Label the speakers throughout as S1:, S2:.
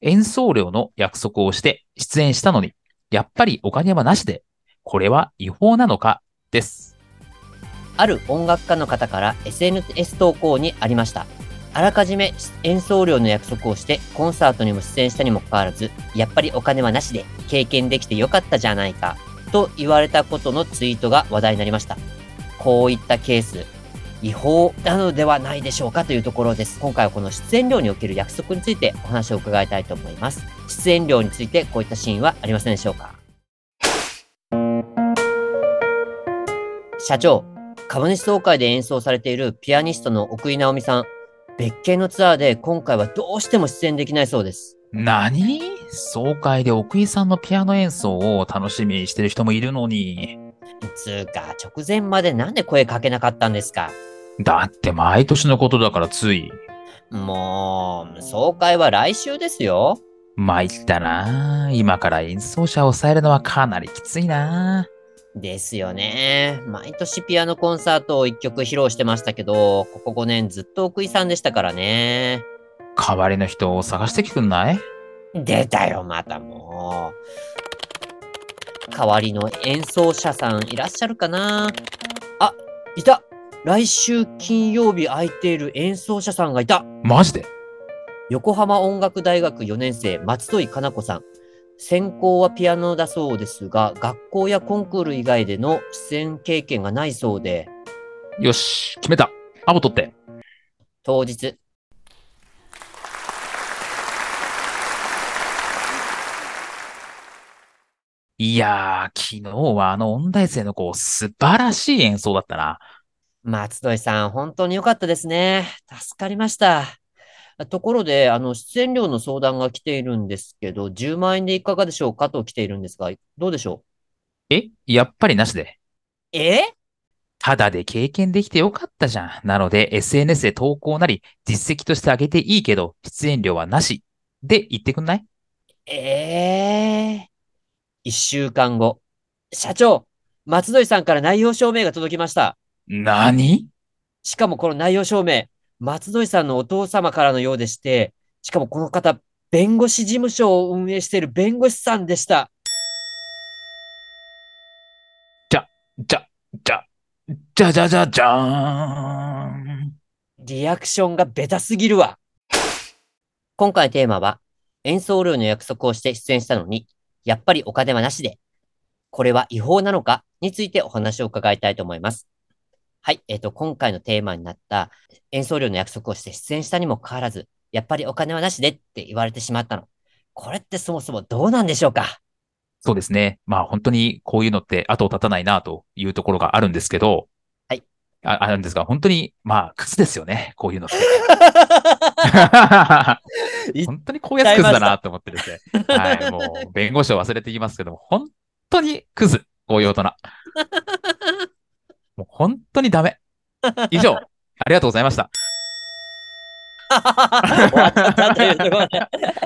S1: 演奏料の約束をして出演したのにやっぱりお金はなしでこれは違法なのかです
S2: ある音楽家の方から SNS 投稿にありましたあらかじめ演奏料の約束をしてコンサートにも出演したにもかかわらず、やっぱりお金はなしで経験できてよかったじゃないかと言われたことのツイートが話題になりました。こういったケース、違法なのではないでしょうかというところです。今回はこの出演料における約束についてお話を伺いたいと思います。出演料についてこういったシーンはありませんでしょうか社長、株主総会で演奏されているピアニストの奥井直美さん、別件のツアーで今回はどうしても出演できないそうです。
S1: 何総会で奥井さんのピアノ演奏を楽しみにしてる人もいるのに。
S2: つうか、直前までなんで声かけなかったんですか
S1: だって毎年のことだからつい。
S2: もう、総会は来週ですよ。
S1: 参ったな今から演奏者を抑えるのはかなりきついな
S2: ですよね。毎年ピアノコンサートを一曲披露してましたけど、ここ5年ずっと奥井さんでしたからね。
S1: 代わりの人を探してきてくんない
S2: 出たよ、またもう。代わりの演奏者さんいらっしゃるかなあ、いた来週金曜日空いている演奏者さんがいた
S1: マジで
S2: 横浜音楽大学4年生、松戸井かな子さん。専攻はピアノだそうですが、学校やコンクール以外での出演経験がないそうで。
S1: よし、決めた。アボ取って。
S2: 当日。
S1: いやー、昨日はあの音大生の子、素晴らしい演奏だったな。
S2: 松戸井さん、本当に良かったですね。助かりました。ところで、あの、出演料の相談が来ているんですけど、10万円でいかがでしょうかと来ているんですが、どうでしょ
S1: うえやっぱりなしで。
S2: え
S1: ただで経験できてよかったじゃん。なので、SNS で投稿なり、実績としてあげていいけど、出演料はなし。で、言ってくんない
S2: ええー。一週間後。社長松戸井さんから内容証明が届きました。
S1: 何
S2: しかもこの内容証明、松戸井さんのお父様からのようでして、しかもこの方、弁護士事務所を運営している弁護士さんでした。
S1: じゃ、じゃ、じゃ、じゃじゃじゃじゃーん。
S2: リアクションがベタすぎるわ。今回テーマは、演奏料の約束をして出演したのに、やっぱりお金はなしで、これは違法なのかについてお話を伺いたいと思います。はい、えっ、ー、と、今回のテーマになった演奏料の約束をして出演したにもかかわらず、やっぱりお金はなしでって言われてしまったの。これってそもそもどうなんでしょう か
S1: そうですね。まあ本当にこういうのって後を絶たないなというところがあるんですけど、
S2: はい。
S1: ああるんですが、本当に、まあ、クズですよね。こういう のって。本当にこういうやつクズだなと思ってですね。はい。もう、弁護士を忘れていきますけども、本当にクズ。こういう大人。もう本当にダメ。以上、ありがとうございました。
S2: 終わっちゃったというところで。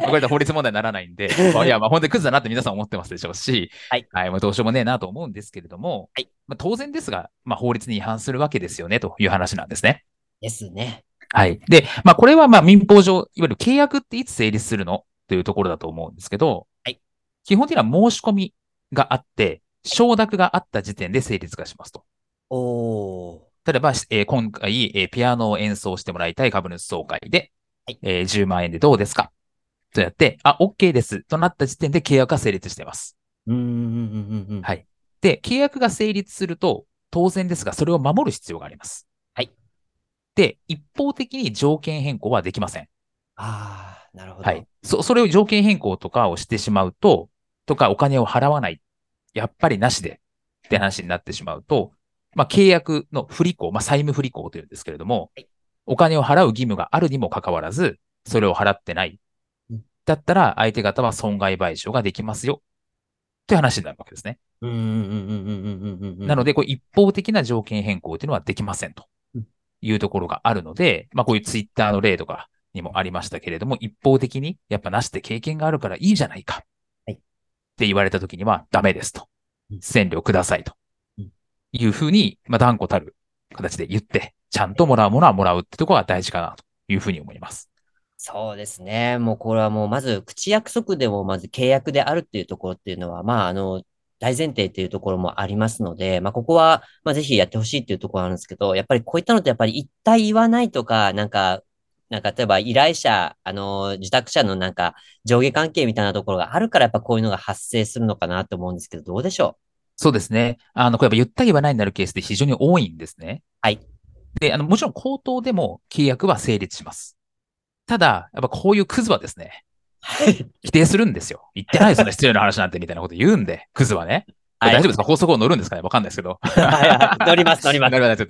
S1: これで法律問題にならないんで、いや、まあ本当にクズだなって皆さん思ってますでしょうし、
S2: はい。
S1: はい、まあどうしようもねえなと思うんですけれども、
S2: はい。
S1: まあ当然ですが、まあ法律に違反するわけですよねという話なんですね。
S2: ですね。
S1: はい。で、まあこれはまあ民法上、いわゆる契約っていつ成立するのというところだと思うんですけど、
S2: はい。
S1: 基本的には申し込みがあって、承諾があった時点で成立化しますと。
S2: お
S1: 例えば、えー、今回、えー、ピアノを演奏してもらいたい株主総会で、
S2: はい、
S1: えー、10万円でどうですかとやって、あ、OK ですとなった時点で契約が成立しています。
S2: うんうんうんうん。
S1: はい。で、契約が成立すると、当然ですが、それを守る必要があります。
S2: はい。
S1: で、一方的に条件変更はできません。
S2: ああ、なるほど。
S1: はい。そ、それを条件変更とかをしてしまうと、とかお金を払わない。やっぱりなしで。って話になってしまうと、まあ、契約の不履行、まあ、債務不履行というんですけれども、
S2: はい、
S1: お金を払う義務があるにもかかわらず、それを払ってない。っだったら相手方は損害賠償ができますよ。という話になるわけですね。
S2: うんうんうんうんうんうんうんうん。
S1: なので、こう一方的な条件変更というのはできませんと
S2: うん
S1: いうところがあるので、まあこういうツイッターの例とかにもありましたけれども、一方的にやっぱなしって経験があるからいいじゃないか。
S2: はい
S1: って言われた時にはダメですと
S2: うん。
S1: 占領くださいと
S2: うん。
S1: いうふうに、まあ断固たる形で言って、ちゃんともらうものはもらうってところが大事かなというふうに思います。
S2: そうですね。もうこれはもうまず口約束でもまず契約であるっていうところっていうのは、まああの、大前提っていうところもありますので、まあここは、まあぜひやってほしいっていうところなんですけど、やっぱりこういったのってやっぱり一体言わないとか、なんか、なんか例えば依頼者、あの、受託者のなんか上下関係みたいなところがあるから、やっぱこういうのが発生するのかなと思うんですけど、どうでしょ
S1: そうですね。あの、これやっぱ言った言わないになるケースって非常に多いんですね。
S2: はい。
S1: で、あの、もちろん口頭でも契約は成立します。ただ、やっぱこういうクズはですね、
S2: う
S1: 否定するんですよ。言ってない ですよね、失礼な話なんてみたいなこと言うんで、クズはね。
S2: はい
S1: 大丈夫ですか法則を乗るんですかねわかんないですけど。
S2: はいはい乗ります乗りま す
S1: 乗ります。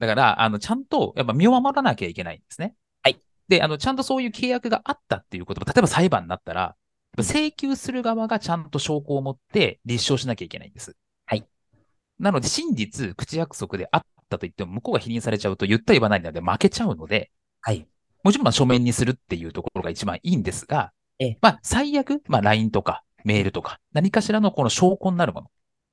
S1: だから、あの、ちゃんと、やっぱ身を守らなきゃいけないんですね。
S2: はい。
S1: で、あの、ちゃんとそういう契約があったっていうことも、例えば裁判になったら、やっぱ請求する側がちゃんと証拠を持って立証しなきゃいけないんです。
S2: はい。
S1: なので、真実、口約束であったと言っても、向こうが否認されちゃうと、言った言わないなので負けちゃうので、
S2: はい。
S1: もちろんまあ書面にするっていうところが一番いいんですが、
S2: ええ
S1: まあ、最悪、まあ、LINE とかメールとか、何かしらのこの証拠になるもの、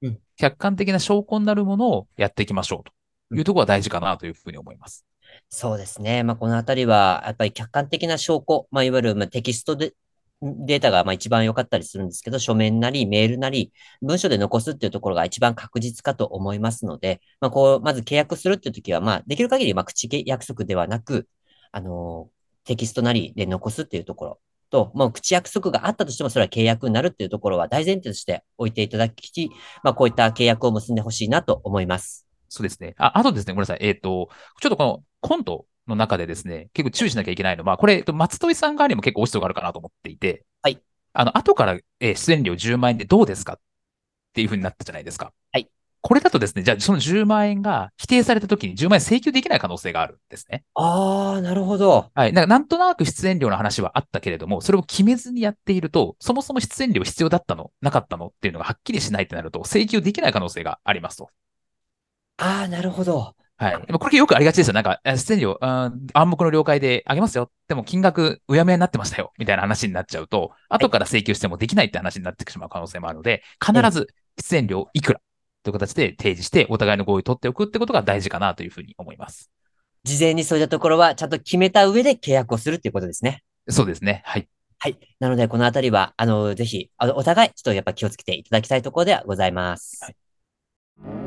S2: うん
S1: 客観的な証拠になるものをやっていきましょうというところが大事かなというふうに思います。
S2: そうですね。まあ、このあたりは、やっぱり客観的な証拠、まあ、いわゆるまあテキストで、データがまあ一番良かったりするんですけど、書面なり、メールなり、文書で残すっていうところが一番確実かと思いますので、まあ、こう、まず契約するっていう時は、まあ、できる限り、まあ、口約束ではなく、あのーテキストなりで残すっていうところと、もう口約束があったとしても、それは契約になるっていうところは大前提として置いていただき、まあ、こういった契約を結んでほしいなと思います。
S1: そうですね。あ、あとですね、ごめんなさい。えっ、と、ちょっとこのコントの中でですね、結構注意しなきゃいけないのは、これ、えっと松戸井さん側にも結構落ち度があるかなと思っていて、
S2: はい。
S1: あの、後から、えー出演料10万円でどうですかっていうふうになったじゃないですか。
S2: はい。
S1: これだとですね、じゃあその10万円が否定された時に10万円請求できない可能性があるんですね。
S2: ああ、なるほど。
S1: はい。なんかなんとなく出演料の話はあったけれども、それを決めずにやっていると、そもそも出演料必要だったの、なかったのっていうのがはっきりしないってなると、請求できない可能性がありますと。
S2: ああ、なるほど。
S1: はい。でもこれよくありがちですよ。なんか、え出演料、うん暗黙の了解であげますよ。でも金額、うやむやになってましたよ。みたいな話になっちゃうと、後から請求してもできないって話になってしまう可能性もあるので、必ず出演料いくらという形で提示して、お互いの合意を取っておくってことが大事かなというふうに思います。
S2: 事前にそういったところはちゃんと決めた上で契約をするっていうことですね。
S1: そうですね。はい。
S2: はい。なので、このあたりは、あの、ぜひ、あのお互い、ちょっとやっぱ気をつけていただきたいところではございます。
S1: はい